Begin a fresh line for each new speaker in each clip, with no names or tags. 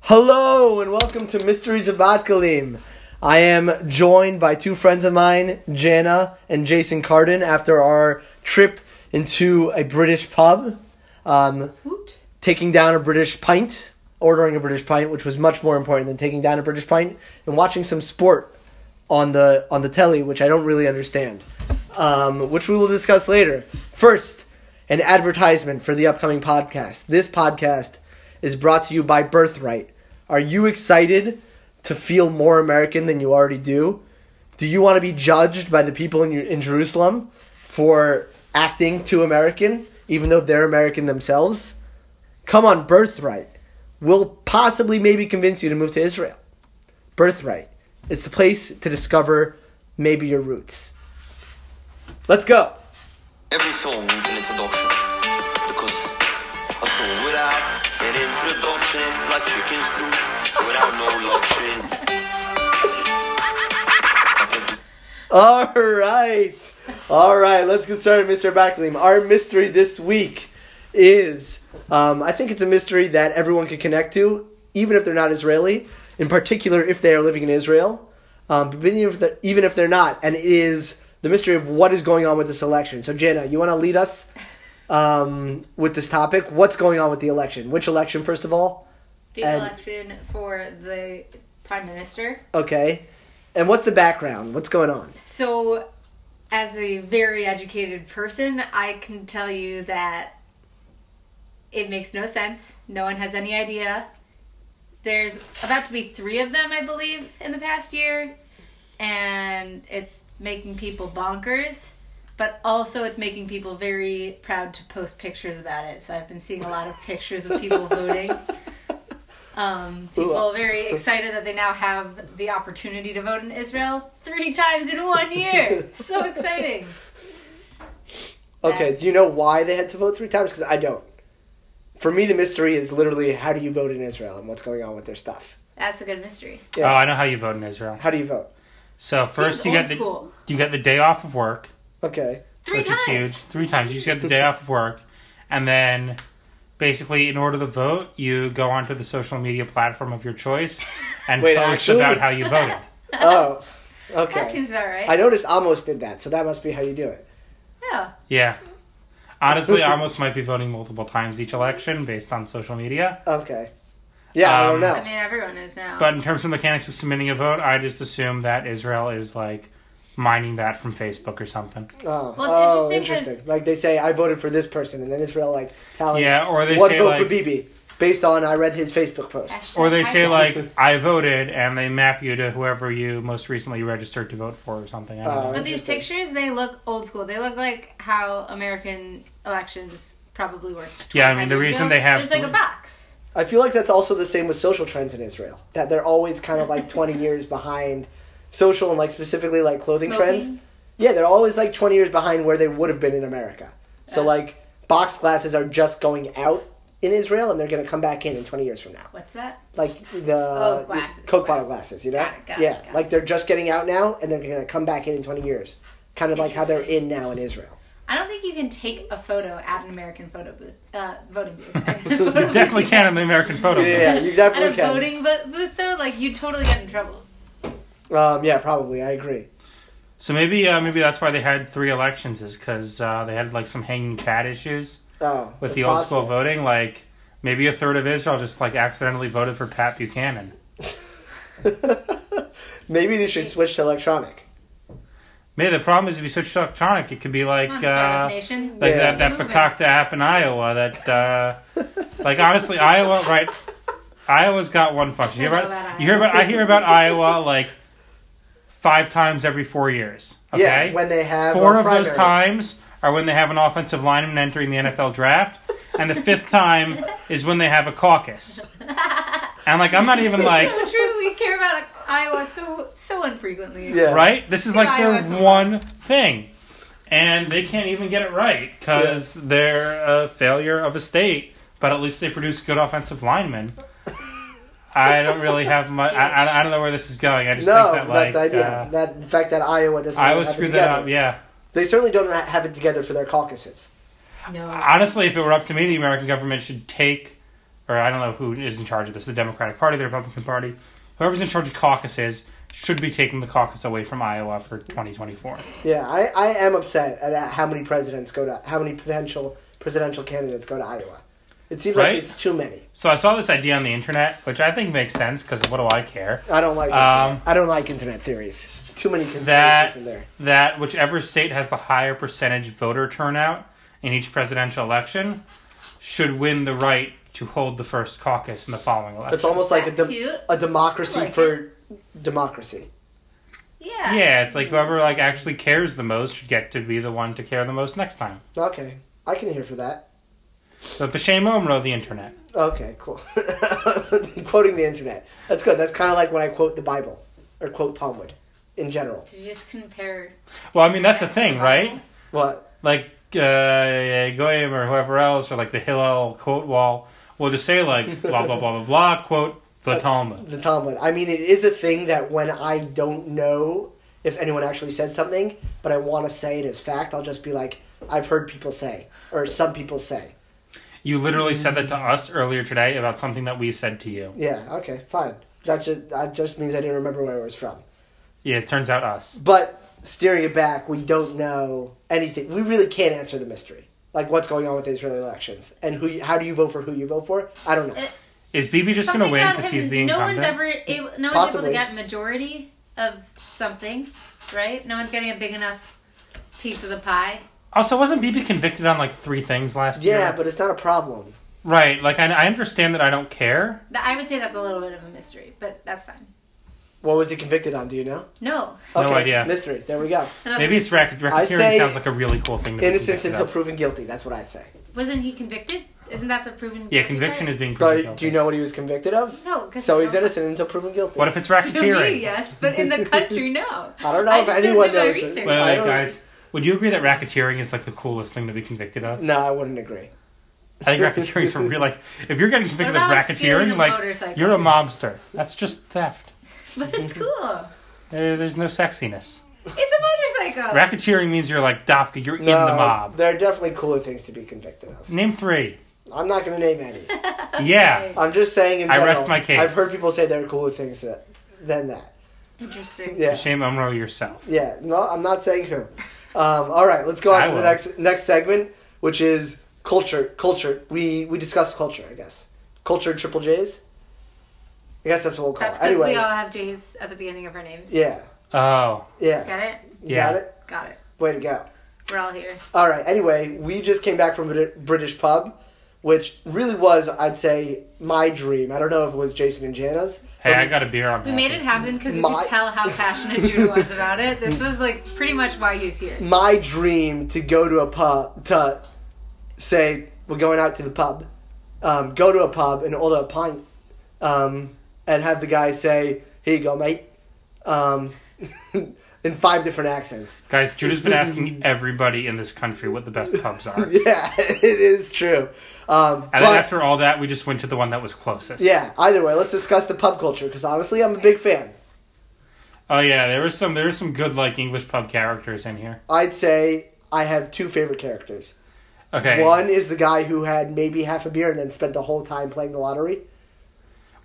Hello and welcome to Mysteries of Vatkalim. I am joined by two friends of mine, Jana and Jason Cardin, after our trip into a British pub, um,
Woot.
taking down a British pint, ordering a British pint, which was much more important than taking down a British pint, and watching some sport on the on the telly, which I don't really understand, um, which we will discuss later. First, an advertisement for the upcoming podcast. This podcast is brought to you by Birthright. Are you excited to feel more American than you already do? Do you want to be judged by the people in, your, in Jerusalem for acting too American, even though they're American themselves? Come on, Birthright. We'll possibly maybe convince you to move to Israel. Birthright. It's the place to discover maybe your roots. Let's go.
Every song needs an introduction because a song without an introduction is like chicken soup without no lotion.
All right. All right, let's get started, Mr. Backleem. Our mystery this week is um, I think it's a mystery that everyone could connect to, even if they're not Israeli, in particular if they are living in Israel, um, but even if, they're, even if they're not. And it is the mystery of what is going on with this election. So, Jana, you want to lead us um, with this topic? What's going on with the election? Which election, first of all?
The
And-
election for the prime minister.
Okay. And what's the background? What's going on?
So, as a very educated person, I can tell you that it makes no sense. No one has any idea. There's about to be three of them, I believe, in the past year, and it's making people bonkers. But also, it's making people very proud to post pictures about it. So I've been seeing a lot of pictures of people voting. Um, people
Ooh.
are very excited that they now have the opportunity to vote in Israel three times in one year. so exciting.
Okay,
That's-
do you know why they had to vote three times? Because I don't. For me, the mystery is literally how do you vote in Israel and what's going on with their stuff.
That's a good mystery.
Yeah.
Oh, I know how you vote in Israel.
How do you vote?
So first you
Seems
get
old
the
school.
you get the day off of work,
Okay,
Three
which
times.
is huge. Three times you just get the day off of work, and then basically in order to vote, you go onto the social media platform of your choice and
Wait,
post
actually?
about how you voted.
Oh,
That
okay.
seems about right.
I noticed Amos did that, so that must be how you do it.
yeah.
Yeah. Honestly, almost might be voting multiple times each election based on social media.
Okay. Yeah, I don't
Um,
know.
I mean, everyone is now.
But in terms of mechanics of submitting a vote, I just assume that Israel is like mining that from Facebook or something.
oh,
Well,
oh,
it's interesting 'cause-
Like they say, I voted for this person, and then Israel like tallies.
Yeah, or they
what
say,
vote for
like-
Bibi based on I read his Facebook post.
Hashtag-
Or they say
hashtag.
like I voted, and they map you to whoever you most recently registered to vote for or something. I don't
Oh.
know.
But these
Interesting.
pictures, they look old school. They look like how American elections probably worked.
Yeah, I
25
mean, the
years
reason
ago.
they have
There's like a
three-
box.
I feel like that's also the same with social trends in Israel. That they're always kind of like 20 years behind social and like specifically like clothing trends.
Smoking.
Yeah, they're always like 20 years behind where they would have been in America. So
Yeah.
like box glasses are just going out in Israel and they're going to come back in in 20 years from now.
What's that?
Like the
Oh, glasses.
Coke bottle glasses, you know?
Got it, got it,
yeah,
got it.
like they're just getting out now and they're going to come back in in 20 years. Kind of like how they're in
Interesting.
now in Israel.
I don't think you can take a photo at an American photo booth, uh, voting booth.
You definitely can in the American photo. booth.
Yeah, you
At a
definitely can.
voting bo- booth, though, like you totally get in trouble.
Um, yeah, probably. I agree.
So maybe uh, maybe that's why they had three elections is because uh, they had like some hanging chat issues
Oh,
with
it's
the old
possible.
school voting. Like maybe a third of Israel just like accidentally voted for Pat Buchanan.
Maybe they should switch to electronic.
Maybe the problem is if you switch to electronic, it could be like
Come on,
uh,
Startup Nation.
like
Yeah.
that that
Movement.
Fakakta app in Iowa that. Uh, Like honestly, Iowa right? Iowa's got one function. You hear
I know
about,
about
you hear about I hear about Iowa like five times every four years. Okay,
Yeah, when they have
four
a
of those
primary.
times are when they have an offensive lineman entering the NFL draft, and the fifth time is when they have a caucus. And like I'm not even like
so true. We care about Iowa so so unfrequently.
Yeah.
right. This is
Yeah,
like their
Iowa's the
one thing, and they can't even get it right because they're a failure of a state. But at least they produce good offensive linemen. I don't really have much. I, I, I don't know where this is going. I just
No,
think that
that's
like
the idea.
uh,
that the fact that Iowa doesn't.
I
really
would
have
screw
it
that
together.
up. Yeah.
They certainly don't ha- have it together for their caucuses.
No.
Honestly, if it were up to me, the American government should take or I don't know who is in charge of this, the Democratic Party, the Republican Party, whoever's in charge of caucuses should be taking the caucus away from Iowa for 2024.
Yeah, I, I am upset at how many presidents go to how many potential presidential candidates go to Iowa. It seems
Right?
like it's too many.
So I saw this idea on the internet, which I think makes sense because what do I care?
I don't like
Um,
internet. I don't like internet theories. Too many conspiracies
That
in there.
that whichever state has the higher percentage voter turnout in each presidential election should win the right to hold the first caucus in the following election.
It's almost like a,
That's
dem-
cute.
a democracy
Like
for democracy.
Yeah.
yeah, it's like whoever like actually cares the most should get to be the one to care the most next time.
Okay, I can hear for that.
So the shame of the internet.
Okay, cool. Quoting the internet. That's good. That's kind of like when I quote the Bible or quote Talmud in general.
To just compare.
Well, I mean that's a thing, right?
What?
like uh, Goyim or whoever else, or like the Hillel quote wall, will just say like blah blah blah blah blah quote the Talmud.
The Talmud. I mean, it is a thing that when I don't know if anyone actually said something, but I want to say it as fact, I'll just be like, I've heard people say, or some people say.
You literally said that to us earlier today about something that we said to you.
Yeah, okay, fine. That just, that just means I didn't remember where it was from.
Yeah, it turns out us.
But steering it back, we don't know anything. We really can't answer the mystery. Like what's going on with the Israeli elections and who? You, how do you vote for who you vote for? I don't know.
Eh,
Is BB just gonna
Something
win
got
because
him-
he's the
No
incumbent?
one's ever able, no one's able
Possibly.
to get majority of something, right? No one's getting a big enough piece of the pie.
Also, wasn't BB convicted on like three things last year?
yeah, but it's not a problem.
right. Like I, I understand that I don't care.
Th- I would say that's a little bit of a mystery, but that's fine.
What was he convicted on? Do you know?
No.
No idea.
Mystery. There we go.
I don't-
Maybe it's racket
I'd
racketeering
say
sounds like a really cool thing. To be
Innocent
convicted
until
of.
proven guilty. That's what I say.
Wasn't he convicted? Isn't that the proven?
Yeah, conviction is being proven.
But do you know what he was convicted of?
No, because
So he's innocent until proven guilty.
What if it's
To me,
racketeering?
yes, but in the country, no.
I don't know if
just don't
anyone
do my
knows it.
research.
Wait, wait,
I
wait,
don't-
guys. Would you agree that racketeering is like the coolest thing to be convicted of?
No, I wouldn't agree.
I think racketeering is a real like if you're getting convicted of
about, like, stealing
racketeering,
a
like
motorcycle?
you're a mobster. That's just theft.
But it's cool.
There, there's no sexiness.
It's a motorcycle.
Racketeering means you're like Dafka. You're in the
No,
mob.
There are definitely cooler things to be convicted of.
Name three.
I'm not going to name any.
Yeah.
I'm just saying. In
I
general,
rest my case.
I've heard people say there are cooler things that, than that.
Interesting.
Yeah.
Shame Umro yourself.
Yeah, no, I'm not saying who. Um, all right, let's go on
I
to the
will.
next next segment, which is culture. Culture. We we discussed culture, I guess. Culture triple J's. I guess that's what we'll call
That's
it.
because
Anyway,
we all have J's at the beginning of our names.
yeah,
Oh,
yeah,
Got it?
You
Yeah.
got it.
Got it.
Way to go.
We're all here.
All right. Anyway, we just came back from a Brit- British pub, which really was, I'd say, my dream. I don't know if it was Jason and Jana's.
hey,
but
I got a beer. on
We made it happen because we
Uh, My-
could tell how passionate Judah was about it. This was like pretty much why he's here.
my dream to go to a pub to say we're going out to the pub, um, go to a pub and order a pint, um, and have the guy say, "Here you go, mate," um, in five different accents.
Guys, Judah's been asking everybody in this country what the best pubs are. And
Yeah, it is true. Um,
then
but
after all that, we just went to the one that was closest.
yeah, either way, let's discuss the pub culture because honestly, I'm a big fan.
Oh yeah, there was some there was some good like English pub characters in here.
I'd say I have two favorite characters.
Okay.
One is the guy who had maybe half a beer and then spent the whole time playing the lottery.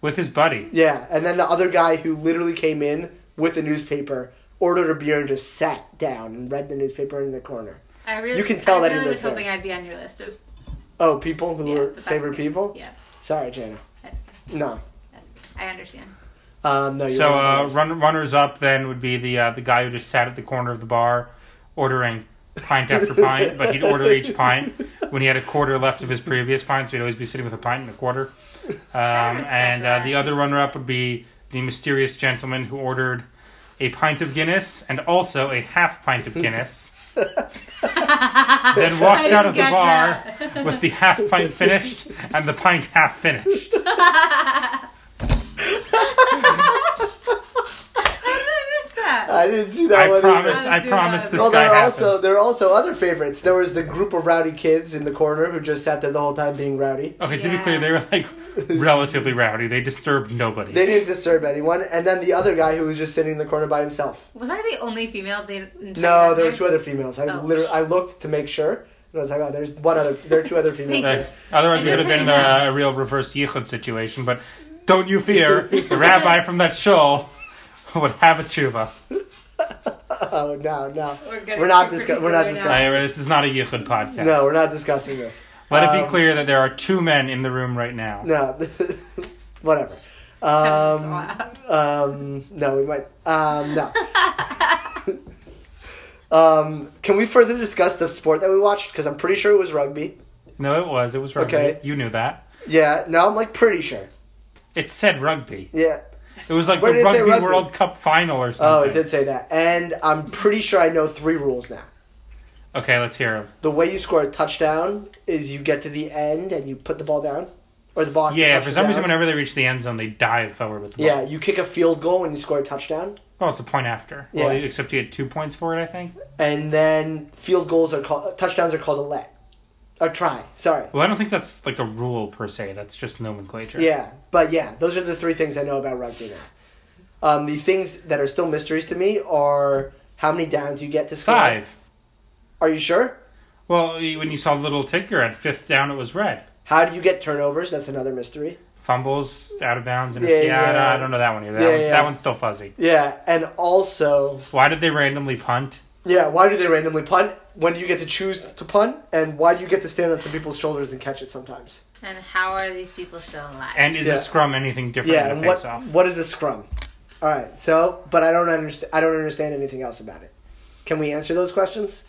With his buddy.
Yeah, and then the other guy who literally came in with a newspaper, ordered a beer, and just sat down and read the newspaper in the corner.
I really,
You can tell
I
that he
really
lives
was hoping
there.
I'd be on your list of
Oh, people who
yeah,
were
but that's
favorite
okay.
people?
Yeah,
Sorry, Jana.
that's okay.
No.
That's okay. I understand.
Um, no, you're
So
not on the
uh,
list.
run, runners up then would be the uh, the guy who just sat at the corner of the bar, ordering pint after pint, but he'd order each pint when he had a quarter left of his previous pint, so he'd always be sitting with a pint and a quarter. Um,
respect
and uh,
that.
the other runner up would be the mysterious gentleman who ordered a pint of Guinness and also a half pint of Guinness. then walked
I
out of the
didn't
bar
catch
with the half pint finished and the pint half finished.
How did I miss that?
I didn't see that
I
one. either.
promise,
I
I
was doing
promise
that.
this
Well,
guy
there are
happens.
also there are also other favorites. There was the group of rowdy kids in the corner who just sat there the whole time being rowdy.
Okay, to be
Yeah.
clear, they were like relatively rowdy. They disturbed nobody.
They didn't disturb anyone. And then the other guy who was just sitting in the corner by himself.
Was I the only female? They entirely
No,
had
there were two other females. I
Oh.
literally I looked to make sure, I was like, oh, there's one other, there are two other females.
Thank
there.
you.
Right. Uh, Otherwise, it
It
would have
doesn't
been
matter.
a, a real reverse Yichud situation. But don't you fear, the rabbi from that shul would have a tshuva.
Oh no, no,
We're gonna
we're not
keep
discussing. We're not
particular
discussing.
I, this is not a Yichud podcast.
No, we're not discussing this.
Let it
Um,
be clear that there are two men in the room right now.
No, whatever.
was
Um,
loud.
um, no, we might. Um, no. um, can we further discuss the sport that we watched? Because I'm pretty sure it was rugby.
No, it was. It was rugby.
Okay.
You knew that.
Yeah. No, I'm like pretty sure.
It said rugby.
Yeah.
It was like
Where
the
did it say
rugby,
rugby?
World Cup final or
Oh,
something.
it did say that, and I'm pretty sure I know three rules now.
Okay, let's hear 'em.
The way you score a touchdown is you get to the end and you put the ball down, or the ball. has to
Yeah,
touch
for
the
some reason,
ground.
whenever they reach the end zone, they dive forward with the ball.
Yeah, you kick a field goal when you score a touchdown.
Well, it's a point after.
Yeah.
Well, except you get two points for it, I think.
and then field goals are called touchdowns are called a let a try sorry
Well, I don't think that's like a rule per se. That's just nomenclature.
yeah but yeah those are the three things i know about rugby now um, the things that are still mysteries to me are how many downs you get to score
Five.
are you sure
Well, you- when you saw the little ticker at fifth down, it was red.
how do you get turnovers that's another mystery
Fumbles, out of bounds, and
Yeah,
yeah, yeah. I, don't,
yeah.
I don't know that one either. That,
Yeah,
one's,
yeah.
that one's still fuzzy.
yeah and also
Why did they randomly punt?
yeah why do they randomly punt when do you get to choose to punt and why do you get to stand on some people's shoulders and catch it sometimes
And how are these people still alive?
And is
Yeah.
a scrum anything different
yeah
than
and
a
what,
face-off?
what is a scrum all right so but i don't understand i don't understand anything else about it can we answer those questions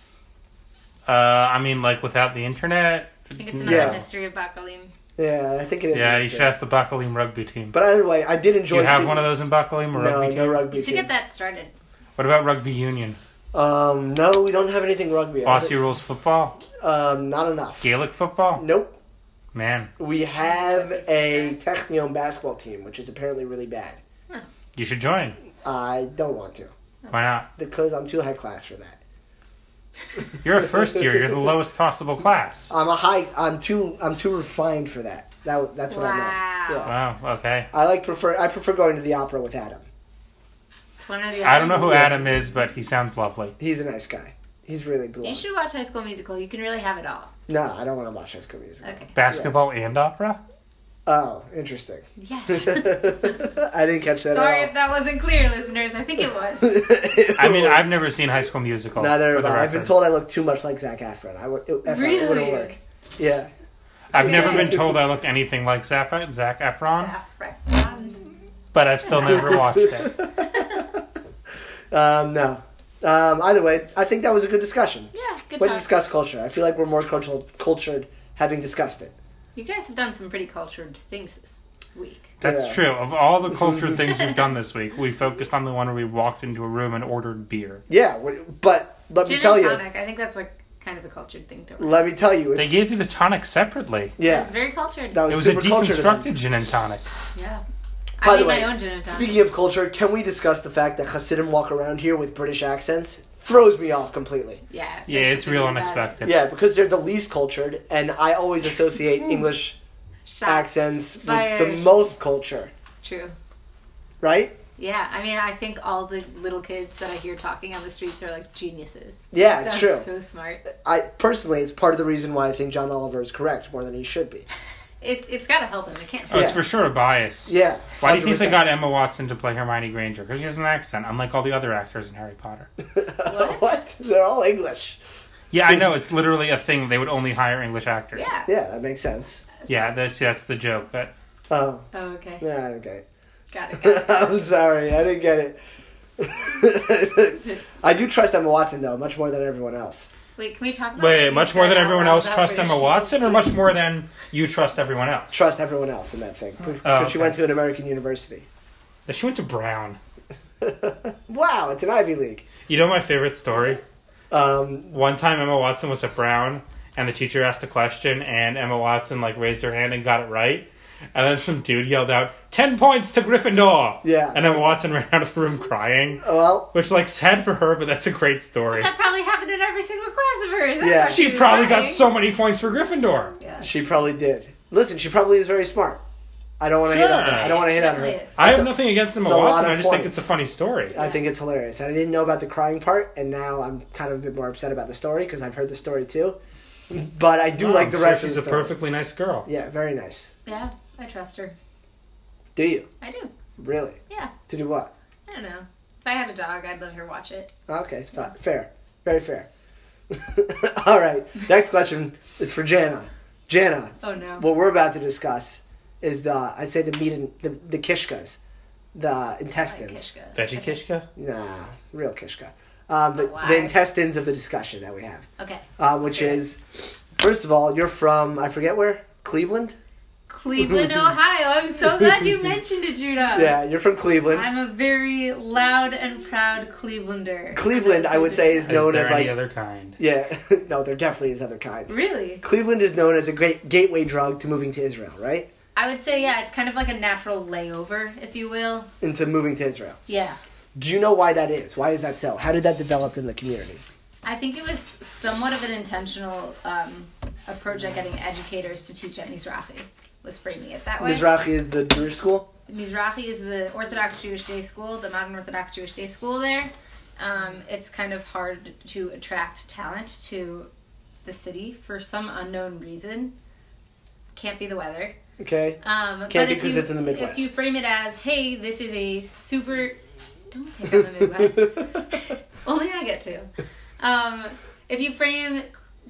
Uh, I mean, like without the internet.
I think it's another
Yeah.
mystery of Bakalim.
Yeah, I think it is.
Yeah,
a
you should
mistake.
ask the Buckalim rugby team.
But either way, I did
Do
enjoy.
you have
seeing-
one of those in Buckalim or
No,
rugby
no
team?
rugby.
You should
team.
get that started.
What about rugby union?
Um, no, we don't have anything rugby. I
Aussie
don't-
rules football?
Um, not enough.
Gaelic football?
Nope.
Man,
We have a Technion basketball team, which is apparently really bad.
you should join.
I don't want to
Why not?
because I'm too high class for that.
You're a first year. You're the lowest possible class.
I'm a high. I'm too. I'm too refined for that. That that's what
Wow.
I'm. Yeah.
Wow. Okay.
I like prefer. I prefer going to the opera with Adam.
It's one or the other.
I don't know who Adam is, but he sounds lovely.
He's a nice guy. He's really
You
blue.
should watch High School Musical. You can really have it all.
No, I don't want to watch High School Musical.
Okay.
Basketball and opera?
Oh, interesting.
Yes.
I didn't catch that. at
Sorry
all.
if that wasn't clear, listeners. I think it was.
I mean, I've never seen High School Musical.
neither have
for the
I. I've been
record.
told I look too much like Zach Efron. I would, it, Efron, it wouldn't
Really?
work. Yeah,
I've never been told I look anything like Zach, Zach Efron,
Saffron.
but I've still never watched it.
um, no. Um, either way, I think that was a good discussion.
Yeah, good
Way to
talk.
discuss culture. I feel like we're more cultural, cultured having discussed it.
You guys have done some pretty cultured things this week.
That's
Yeah.
true. Of all the culture things we've done this week, we focused on the one where we walked into a room and ordered beer.
Yeah, we- but let me
Gin
tell
and
you.
tonic. I think that's like kind of a cultured thing to
Let me tell you.
They
It's,
gave you the tonic separately.
Yeah. It's
yeah,
very cultured.
that was,
It was a
super cultured. of them.
deconstructed gin and tonic.
yeah.
By
I
the
made
way,
my own gin and tonic.
Speaking of culture, can we discuss the fact that Hasidim walk around here with British accents? Throws me off completely.
Yeah.
Yeah,
there's
it's
something
real
about it.
unexpected.
Yeah, because they're the least cultured, and I always associate
Hmm.
English
Shock.
accents with the
Fired.
most culture,
True.
right?
Yeah, I mean, I think all the little kids that I hear talking on the streets are like geniuses.
Yeah, it's
Sounds
true.
So smart.
I personally, it's part of the reason why I think John Oliver is correct more than he should be.
It, it's got to help them. It can't.
Oh,
Help.
it's
Yeah.
for sure a bias.
Yeah.
Why do you think they
100%.
got Emma Watson to play Hermione Granger? Because she has an accent, unlike all the other actors in Harry Potter.
what? They're all English.
Yeah, I know. It's literally a thing. They would only hire English actors.
Yeah.
Yeah, that makes sense.
Yeah, that's, that's the joke. But
Oh,
Oh, okay.
yeah, I didn't get
Got it. Got
it.
it.
I'm sorry, I didn't get it. I do trust Emma Watson though, much more than everyone else.
Wait, can we talk about what
wait,
you
much more
said
than everyone
about
else
that
trusts
British
Emma Watson, or
people?
much more than you trust everyone else?
Trust everyone else in that thing because she
Oh, okay.
went to an American university.
That She went to Brown.
Wow, it's an Ivy League.
You know my favorite story.
Um,
One time Emma Watson was at Brown, and the teacher asked a question, and Emma Watson like raised her hand and got it right. And then some dude yelled out, 10 points to Gryffindor!
Yeah.
And Emma Watson ran out of the room crying.
well,
Which, like, sad for her, but that's a great story.
That probably happened in every single class of hers. That's
Yeah.
why
She
was
probably got
crying.
so many points for Gryffindor.
Yeah.
she probably did. Listen, she probably is very smart. I don't want to hit on her. I don't want to
She
hit on her.
definitely is.
I
That's
have
a-
nothing against Emma
it's a lot
Watson.
of
I just think
points.
it's a funny story.
I think it's hilarious. And I didn't know about the crying part, and now I'm kind of a bit more upset about the story because I've heard the story too. But I do
No,
like
I'm
the
sure
rest
She's
of the
a
story.
perfectly nice girl.
Yeah, very nice.
Yeah, I trust her.
Do you
I do.
really?
Yeah.
To do what?
I don't know. If I had a dog, I'd let her watch it.
Okay, it's fine. fair, very fair. All right. Next question is for Jana. Jana,
Oh no.
what we're about to discuss is the I say the meat and the, the kishkas, the intestines.
Kishka.
Veggie Kishka?
Nah, real kishka. Um, the,
Why?
the intestines of the discussion that we have,
Okay.
uh, which
Okay.
is, first of all, you're from I forget where Cleveland.
Cleveland, Ohio. I'm so glad you mentioned it, Judah.
Yeah, you're from Cleveland.
Uh, I'm a very loud and proud Clevelander.
Cleveland, I would say, is
Is
known
there
as
any
like
other kind?
yeah. no, there definitely is other kinds.
Really?
Cleveland is known as a great gateway drug to moving to Israel, right?
I would say, yeah, it's kind of like a natural layover, if you will.
Into moving to Israel.
Yeah.
Do you know why that is? Why is that so? How did that develop in the community?
I think it was somewhat of an intentional um, approach at getting educators to teach at Mizrahi, was framing it that way.
Mizrahi is the Jewish school.
Mizrahi is the Orthodox Jewish day school, the modern Orthodox Jewish day school there. Um, it's kind of hard to attract talent to the city for some unknown reason. Can't be the weather.
Okay.
Um,
Can't
but
be
if
'cause
you-
it's in the Midwest.
If you frame it as, hey, this is a super. Don't pick on the Midwest. Only I get to. Um, if you frame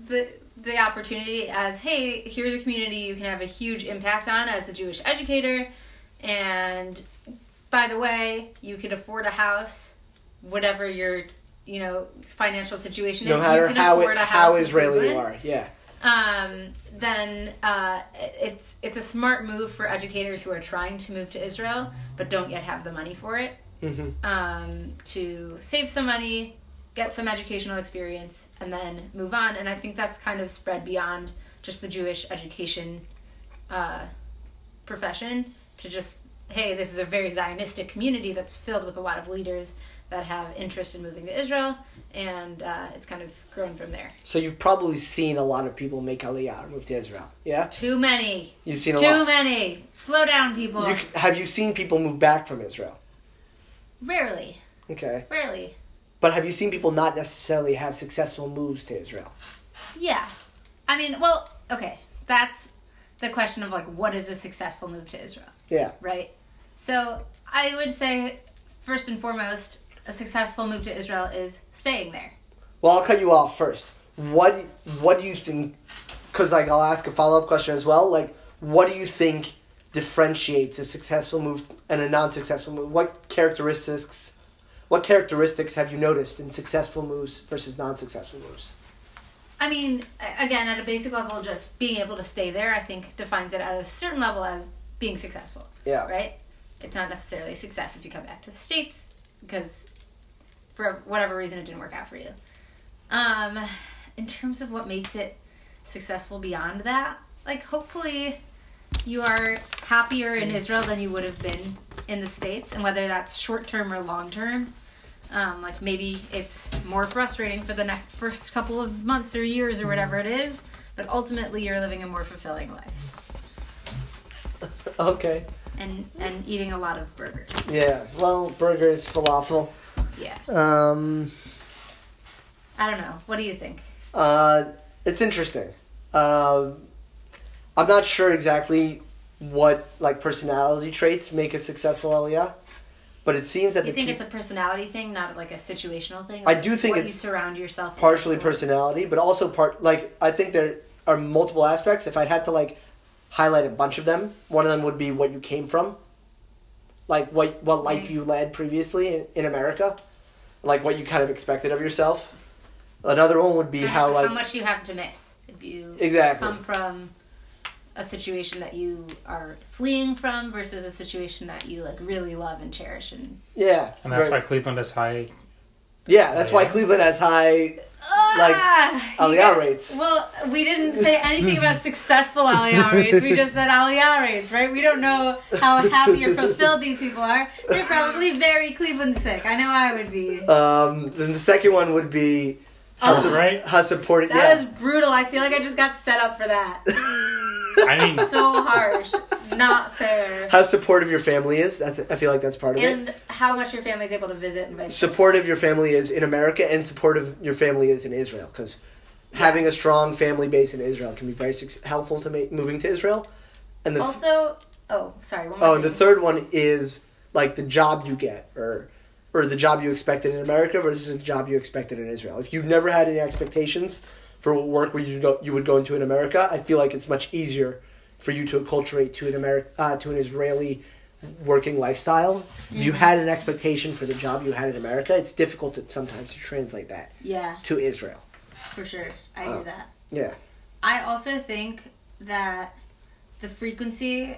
the the opportunity as, hey, here's a community you can have a huge impact on as a Jewish educator, and by the way, you could afford a house, whatever your you know financial situation
no
is,
matter
you can
how
afford
it,
a house.
how
in
Israeli you
Cleveland
are, yeah.
um, then uh, it's it's a smart move for educators who are trying to move to Israel but don't yet have the money for it
Mhm.
um, to save some money, get some educational experience, and then move on. And I think that's kind of spread beyond just the Jewish education uh, profession to just hey, this is a very Zionistic community that's filled with a lot of leaders that have interest in moving to Israel, and uh, it's kind of grown from there.
So you've probably seen a lot of people make Aliyah or move to Israel. Yeah,
Too many.
you've seen a
Too
lot.
many. Slow down, people.
You, have you seen people move back from Israel?
Rarely,
Okay,
rarely.
but have you seen people not necessarily have successful moves to Israel?
Yeah. I mean, well, okay. That's the question of like, what is a successful move to Israel,
Yeah.
right? So I would say, first and foremost, a successful move to Israel is staying there.
Well, I'll cut you off first. What What do you think? Because like I'll ask a follow up question as well. Like, what do you think differentiates a successful move and a non successful move? What characteristics? What characteristics have you noticed in successful moves versus non successful moves?
I mean, a- again, at a basic level, just being able to stay there, I think, defines it at a certain level as being successful.
Yeah.
Right? It's not necessarily a success if you come back to the States because for whatever reason it didn't work out for you. Um, in terms of what makes it successful beyond that, like hopefully you are happier in Israel than you would have been in the States, and whether that's short term or long term. Um, like maybe it's more frustrating for the next first couple of months or years or whatever it is, but ultimately you're living a more fulfilling life
Okay.
and and eating a lot of burgers.
Yeah. Well, burgers, falafel.
Yeah,
Um.
I don't know. What do you think?
Uh, it's interesting. Um, I'm not sure exactly what like personality traits make a successful Aliyah, but it seems that
You
the
think
peop-
it's a personality thing, not like a situational thing.
I
Like,
do think
what
it's
you surround yourself with?
partially personality, but also part like I think there are multiple aspects. If I had to like highlight a bunch of them, one of them would be what you came from, like what what life you led previously in, in America, like what you kind of expected of yourself. Another one would be
And
how like
much you have to miss if you
Exactly.
come from a situation that you are fleeing from versus a situation that you like really love and cherish and
yeah,
And that's
very-
why Cleveland is high.
yeah, that's why
Yeah.
Cleveland has high Like,
Ah, you
Aliyah
got-
rates.
Well, we didn't say anything about successful Aliyah rates. We just said Aliyah rates, right? We don't know how happy or fulfilled these people are. They're probably very Cleveland sick. I know I would be.
Um, then the second one would be how,
Oh,
su-
right?
how supported.
That was
yeah.
brutal. I feel like I just got set up for that.
I mean,
So harsh. Not fair.
how supportive your family is. That's I feel like that's part of it.
And how much your family's able to visit and vice versa.
Supportive your family is in America, and supportive your family is in Israel. Because having a strong family base in Israel can be very suc- helpful to make, moving to Israel. And the th-
Also, oh, sorry. One more
oh, and the
thing.
third one is like the job you get, or or the job you expected in America versus the job you expected in Israel. If you've never had any expectations for what work where you go you would go into in America, I feel like it's much easier for you to acculturate to an Ameri- uh, to an Israeli working lifestyle. If you had an expectation for the job you had in America, it's difficult to, sometimes to translate that
yeah,
to Israel.
for sure. I
Oh.
do that.
Yeah.
I also think that the frequency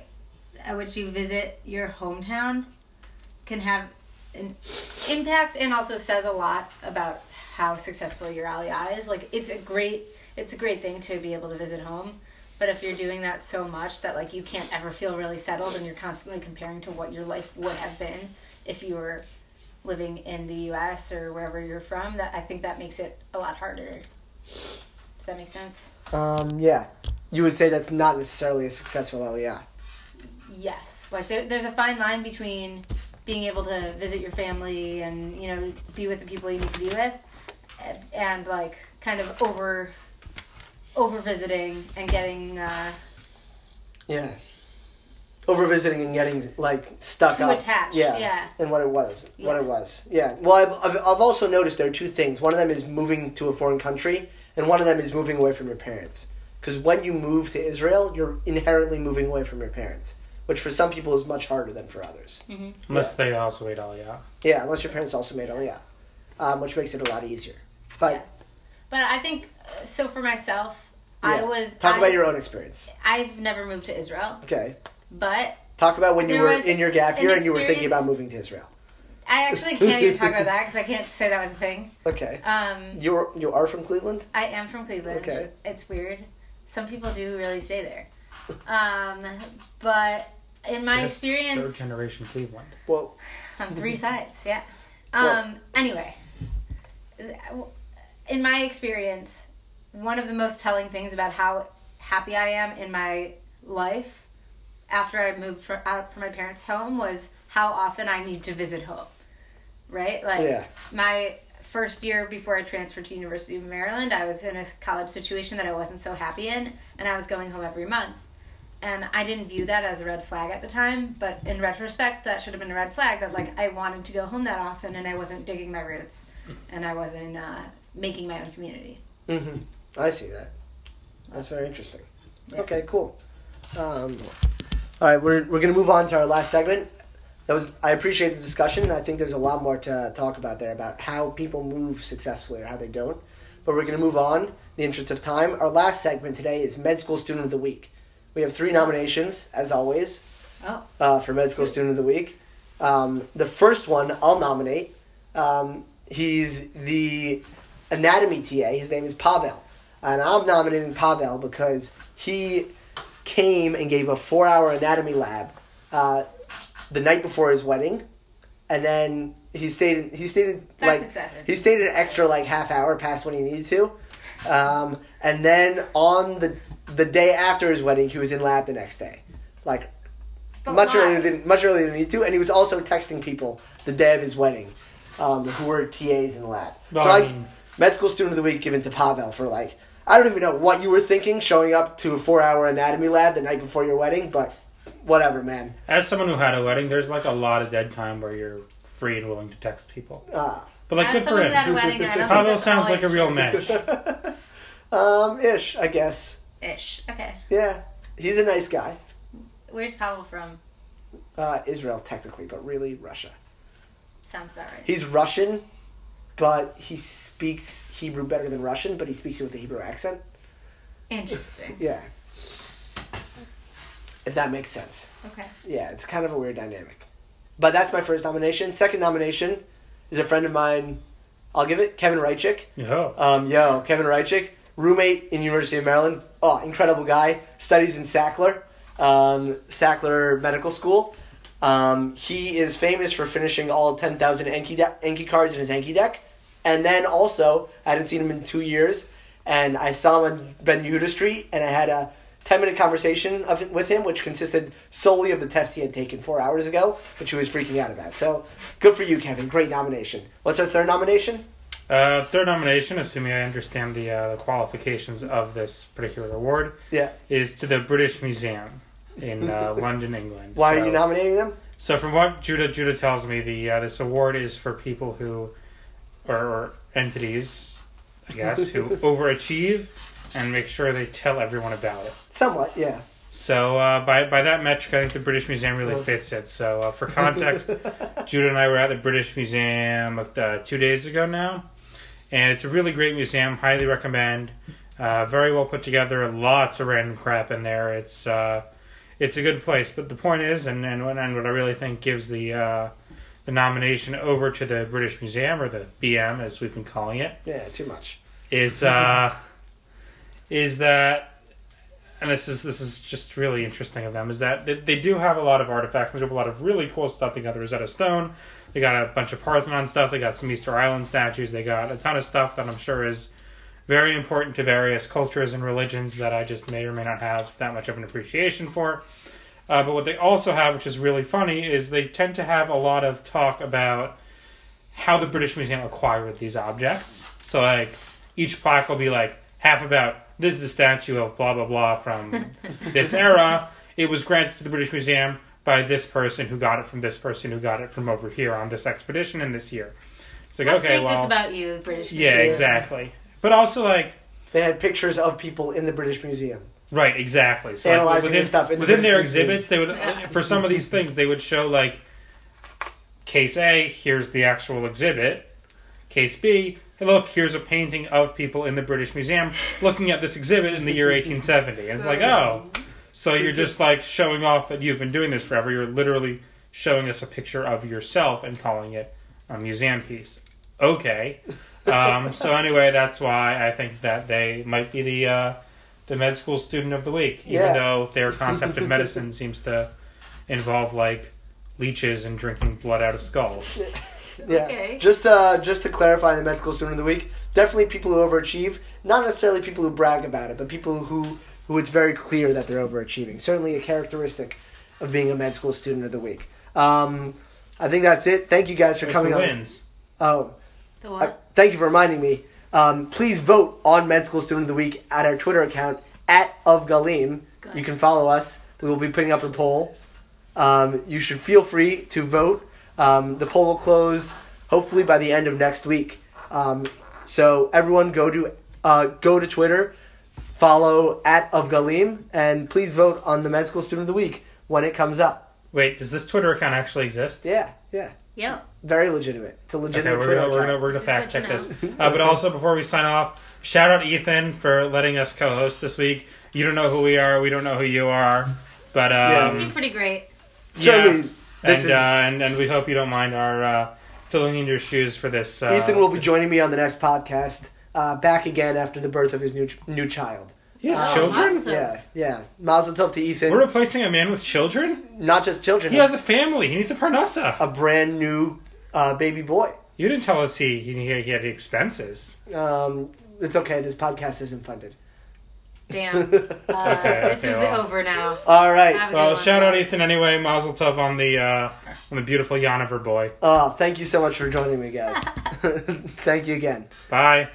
at which you visit your hometown can have an impact and also says a lot about how successful your Aliyah is. Like it's a great it's a great thing to be able to visit home. But if you're doing that so much that like you can't ever feel really settled and you're constantly comparing to what your life would have been if you were living in the US or wherever you're from, that I think that makes it a lot harder. Does that make sense?
Um, yeah. You would say that's not necessarily a successful Aliyah.
yes like there, there's a fine line between being able to visit your family and you know be with the people you need to be with and, and like kind of over over visiting and getting uh,
Yeah. Over visiting and getting like stuck
Too
up.
attached, yeah.
And what it was, what
Yeah.
it was. Yeah. Well, I've, I've I've also noticed there are two things. One of them is moving to a foreign country, and one of them is moving away from your parents. Because when you move to Israel, you're inherently moving away from your parents, which for some people is much harder than for others.
Mm.
Unless they also ate Aliyah.
Yeah, unless your parents also made Aliyah, um, which makes it a lot easier. But
but i think uh, so for myself i
yeah.
was
talk
I,
about your own experience.
i've never moved to israel
Okay,
but
talk about when you
There
were
was
in your gap
an
year and you were thinking
experience-
about moving to Israel.
i actually can't even talk about that because i can't say that was a thing
Okay,
um,
you were, you are from Cleveland.
I am from Cleveland.
Okay.
It's weird. Some people do really stay there. Um, but in my
Yes, Third
experience,
generation Cleveland.
Well,
on three sides, yeah. Um,
Well-
anyway, in my experience, one of the most telling things about how happy I am in my life after I moved from, out from my parents' home was how often I need to visit home. Right? Like,
Yeah.
my first year before I transferred to University of Maryland, I was in a college situation that I wasn't so happy in, and I was going home every month. And I didn't view that as a red flag at the time, but in retrospect, that should have been a red flag that like I wanted to go home that often, and I wasn't digging my roots, and I wasn't uh, making my own community.
hmm I see that. That's very interesting.
Yeah.
Okay, cool. Um, all right, we're, we're going to move on to our last segment. That was I appreciate the discussion. and I think there's a lot more to talk about there about how people move successfully or how they don't. But we're going to move on in the interest of time. Our last segment today is Med School Student of the Week. We have three nominations, as always,
Oh,
uh, for Med School Student of the Week. Um, the first one I'll nominate. Um, he's the anatomy TA. His name is Pavel, and I'm nominating Pavel because he came and gave a four-hour anatomy lab uh, the night before his wedding, and then he stayed. In, he stayed in,
That's
like
excessive.
he stayed an extra like half hour past when he needed to, um, and then on the the day after his wedding, he was in lab the next day, like
but
much
why?
earlier than much earlier than he to, and he was also texting people the day of his wedding, um, who were TAs in lab.
Well,
so
I
like
mean-
med school student of the week given to Pavel for like I don't even know what you were thinking showing up to a four hour anatomy lab the night before your wedding, but whatever, man.
As someone who had a wedding, there's like a lot of dead time where you're free and willing to text people.
Uh,
But like,
As
good for
someone who had a
him.
wedding, I don't think
Pavel
that's
sounds like a
always
real mensch.
um, ish, I guess.
ish. Okay,
Yeah, he's a nice guy.
where's Pavel from?
Uh, Israel technically, but really Russia.
Sounds about right.
He's Russian, but he speaks Hebrew better than Russian, but he speaks it with a Hebrew accent.
Interesting.
Yeah. If that makes sense.
Okay.
Yeah, it's kind of a weird dynamic. But that's my first nomination. Second nomination is a friend of mine. I'll give it Kevin Reichick.
Yo.
Um, yo, Kevin Reichick, roommate in University of Maryland. Oh, incredible guy. Studies in Sackler, um, Sackler Medical School. Um, he is famous for finishing all 10,000 Enki, de- Enki cards in his Enki deck. And then also, I hadn't seen him in two years, and I saw him on Ben Yehuda Street, and I had a 10 minute conversation of, with him, which consisted solely of the test he had taken four hours ago, which he was freaking out about. So, good for you, Kevin. Great nomination. What's our third nomination?
Uh, third nomination, assuming I understand the, uh, the qualifications of this particular award,
Yeah.
is to the British Museum in uh, London, England.
Why
So-
are you nominating them?
So, from what Judah Judah tells me, the uh, this award is for people who, or, or entities, I guess, who overachieve and make sure they tell everyone about it.
Somewhat, yeah.
So uh, by by that metric, I think the British Museum really fits it. So uh, for context, Judah and I were at the British Museum uh, two days ago now, and it's a really great museum. Highly recommend. Uh, very well put together. Lots of random crap in there. It's uh, it's a good place. But the point is, and and, what- and what I really think gives the uh, the nomination over to the British Museum or the BM as we've been calling it
Yeah, too much.
is uh is that and this is this is just really interesting of them is that they, they do have a lot of artifacts and they have a lot of really cool stuff they got the rosetta stone they got a bunch of parthenon stuff they got some easter island statues they got a ton of stuff that i'm sure is very important to various cultures and religions that i just may or may not have that much of an appreciation for uh, but what they also have which is really funny is they tend to have a lot of talk about how the British Museum acquired these objects. So like each plaque will be like half about this is a statue of blah blah blah from this era. It was granted to the British Museum by this person who got it from this person who got it from over here on this expedition in this year. It's like
Let's
okay,
make
well,
this about you, British.
yeah,
Yeah.
exactly. But also like
They had pictures of people in the British Museum.
Right, exactly. So
Analyzing
like,
the
within,
stuff in the
within
British Museum.
their exhibits, they would
Yeah.
for some of these things they would show like case A, here's the actual exhibit. Case B, hey, look, here's a painting of people in the British Museum looking at this exhibit in the year 1870. And it's like, oh, so you're just like showing off that you've been doing this forever. You're literally showing us a picture of yourself and calling it a museum piece. Okay. Um, so anyway, that's why I think that they might be the uh, the med school student of the week, even
Yeah.
though their concept of medicine seems to involve like leeches and drinking blood out of skulls.
Yeah.
Okay.
Just uh, just to clarify, the med school student of the week definitely people who overachieve, not necessarily people who brag about it, but people who who it's very clear that they're overachieving. Certainly a characteristic of being a med school student of the week. Um, I think that's it. Thank you guys for
Like,
coming
who
on.
wins?
Oh,
The
uh,
what?
thank you for reminding me. Um, please vote on med school student of the week at our Twitter account at of Galim. You can follow us. We will be putting up a poll. Um, you should feel free to vote. Um, the poll will close hopefully by the end of next week. Um, so everyone, go to uh, go to Twitter, follow at of Galim, and please vote on the med school student of the week when it comes up.
Wait, does this Twitter account actually exist?
Yeah, yeah,
Yep.
very legitimate. It's a
Okay,
legitimate
we're
Twitter
gonna, we're gonna,
account.
we're gonna
This is
fact
good
check
to
this. Uh, but also, before we sign off, shout out Ethan for letting us co host this week. You don't know who we are, we don't know who you are, but
Yes.
um,
This seemed pretty great.
Certainly,
and,
this is-
uh, and, and we hope you don't mind our uh, filling in your shoes for this. Uh,
Ethan will be
this-
joining me on the next podcast. Uh, back again after the birth of his new new child.
He has
Oh,
children?
awesome.
Yeah, yeah. Mazel tov to Ethan.
We're replacing a man with children?
Not just children.
He has a family. He needs a parnassa.
a brand new uh, baby boy.
You didn't tell us he, he, he had expenses.
Um, it's okay. This podcast isn't funded.
Damn. Uh,
Okay,
this
okay,
is
well.
over now.
All
Have
right.
a
Well,
good one,
shout out
guys.
Ethan anyway. Mazel tov on the, uh, on the beautiful Yanover boy.
Uh, thank you so much for joining me, guys. thank you again.
Bye.